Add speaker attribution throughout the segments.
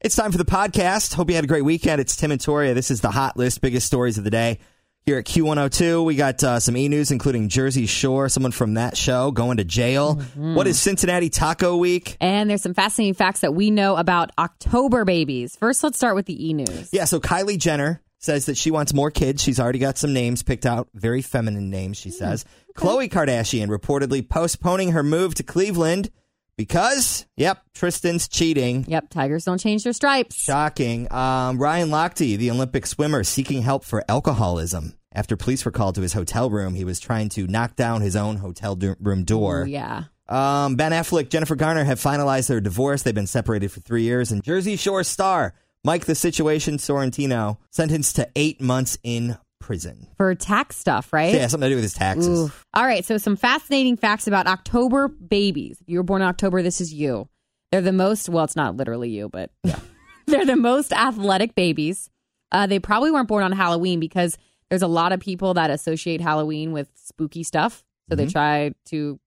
Speaker 1: It's time for the podcast. Hope you had a great weekend. It's Tim and Toria. This is the hot list, biggest stories of the day. Here at Q102, we got uh, some e news, including Jersey Shore, someone from that show going to jail. What is Cincinnati Taco Week?
Speaker 2: And there's some fascinating facts that we know about October babies. First, let's start with the e news.
Speaker 1: Yeah, so Kylie Jenner says that she wants more kids. She's already got some names picked out, very feminine names, she says. Khloe Kardashian reportedly postponing her move to Cleveland because, yep, Tristan's cheating.
Speaker 2: Yep, tigers don't change their stripes.
Speaker 1: Shocking. Um, Ryan Lochte, the Olympic swimmer, seeking help for alcoholism. After police were called to his hotel room, he was trying to knock down his own hotel do- room door.
Speaker 2: Yeah.
Speaker 1: Um, ben Affleck, Jennifer Garner have finalized their divorce. They've been separated for three years. And Jersey Shore star Mike the Situation Sorrentino sentenced to eight months in prison.
Speaker 2: For tax stuff, right?
Speaker 1: yeah, something to do with his taxes.
Speaker 2: Oof. All right, so some fascinating facts about October babies. If you were born in October, this is you. They're the most, well, it's not literally you, but they're the most athletic babies. Uh, they probably weren't born on Halloween because there's a lot of people that associate Halloween with spooky stuff. So they try to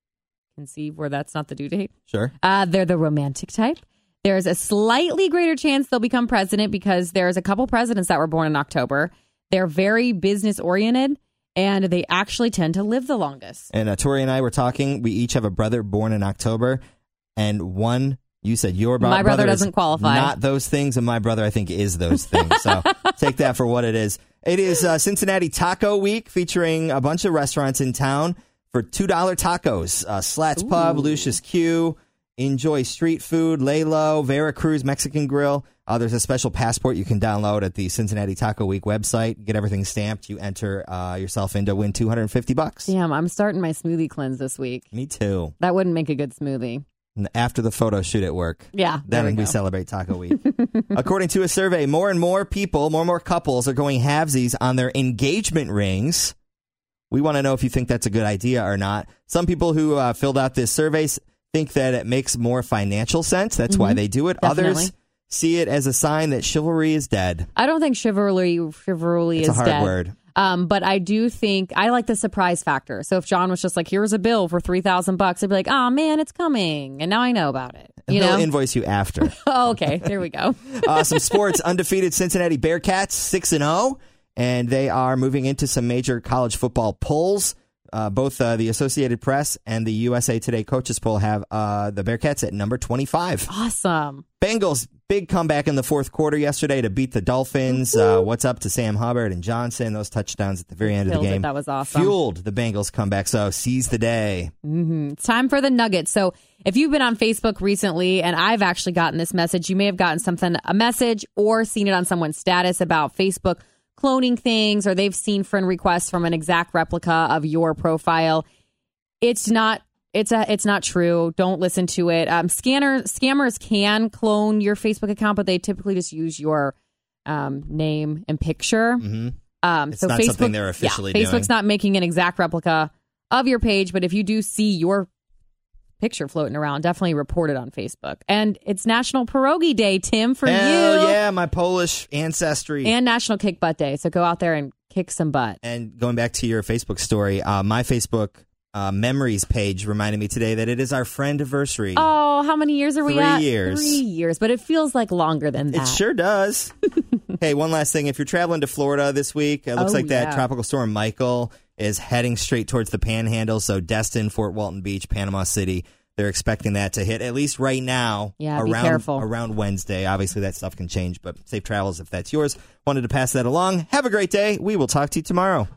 Speaker 2: conceive where that's not the due date.
Speaker 1: Sure.
Speaker 2: Uh, they're the romantic type. There's a slightly greater chance they'll become president because there's a couple presidents that were born in October. They're very business oriented and they actually tend to live the longest.
Speaker 1: And uh, Tori and I were talking. We each have a brother born in October, and one you said your bro-
Speaker 2: My brother
Speaker 1: is
Speaker 2: doesn't qualify.
Speaker 1: Not those things, and my brother I think is those things. So take that for what it is. It is uh, Cincinnati Taco Week, featuring a bunch of restaurants in town for two dollar tacos. Uh, Slats Pub, Lucius Q. Enjoy street food, Lalo, Veracruz Mexican Grill. Uh, there's a special passport you can download at the Cincinnati Taco Week website. Get everything stamped. You enter uh, yourself in to win 250 bucks.
Speaker 2: Damn, I'm starting my smoothie cleanse this week.
Speaker 1: Me too.
Speaker 2: That wouldn't make a good smoothie.
Speaker 1: And after the photo shoot at work.
Speaker 2: Yeah.
Speaker 1: Then
Speaker 2: there
Speaker 1: we,
Speaker 2: go.
Speaker 1: celebrate Taco Week. According to a survey, more and more people, more and more couples are going halvesies on their engagement rings. We want to know if you think that's a good idea or not. Some people who uh, filled out this survey s- think that it makes more financial sense. That's why they do it. Others
Speaker 2: Mm-hmm. Definitely.
Speaker 1: see it as a sign that chivalry is dead.
Speaker 2: I don't think chivalry chivalry
Speaker 1: It's a
Speaker 2: is
Speaker 1: hard
Speaker 2: dead.
Speaker 1: word.
Speaker 2: Um, but I do think I like the surprise factor. So if John was just like, "Here's a bill for three thousand bucks," I'd be like, "Oh man, it's coming," and now I know about it. You
Speaker 1: They'll
Speaker 2: know?
Speaker 1: invoice you after.
Speaker 2: oh, okay, there we go.
Speaker 1: uh, some sports undefeated Cincinnati Bearcats six and zero, and they are moving into some major college football polls. Uh, both uh, the Associated Press and the USA Today coaches poll have uh, the Bearcats at number twenty five.
Speaker 2: awesome.
Speaker 1: Bengals big comeback in the fourth quarter yesterday to beat the Dolphins. Uh, what's up to Sam Hubbard and Johnson? Those touchdowns at the very end of
Speaker 2: Killed
Speaker 1: the
Speaker 2: it.
Speaker 1: game
Speaker 2: That was awesome.
Speaker 1: Fueled the Bengals comeback. So seize the day.
Speaker 2: It's time for the nuggets. So if you've been on Facebook recently and I've actually gotten this message, you may have gotten something, a message or seen it on someone's status about Facebook cloning things or they've seen friend requests from an exact replica of your profile. It's not it's a it's not true. Don't listen to it. Um scanner scammers can clone your Facebook account, but they typically just use your um, name and picture. Um,
Speaker 1: Mm-hmm. It's
Speaker 2: so
Speaker 1: not
Speaker 2: Facebook,
Speaker 1: something they're
Speaker 2: yeah,
Speaker 1: officially
Speaker 2: Facebook's
Speaker 1: doing.
Speaker 2: not making an exact replica of your page, but if you do see your picture floating around, definitely report it on Facebook. And it's National Pierogi Day, Tim, for
Speaker 1: Hell
Speaker 2: you,
Speaker 1: yeah, my Polish ancestry.
Speaker 2: and National Kick Butt Day. So go out there and kick some butt.
Speaker 1: And going back to your Facebook story, uh, my Facebook uh, memories page reminded me today that it is our friend anniversary.
Speaker 2: Oh, how many years are we
Speaker 1: Three
Speaker 2: at?
Speaker 1: years.
Speaker 2: Three years, but it feels like longer than that.
Speaker 1: it sure does. hey, one last thing. If you're traveling to Florida this week, it looks
Speaker 2: Oh,
Speaker 1: like that
Speaker 2: yeah.
Speaker 1: tropical storm Michael is heading straight towards the panhandle. So, Destin, Fort Walton Beach, Panama City. They're expecting that to hit at least right now
Speaker 2: Yeah, be
Speaker 1: around
Speaker 2: careful.
Speaker 1: around Wednesday. Obviously that stuff can change, but safe travels if that's yours. Wanted to pass that along. Have a great day. We will talk to you tomorrow.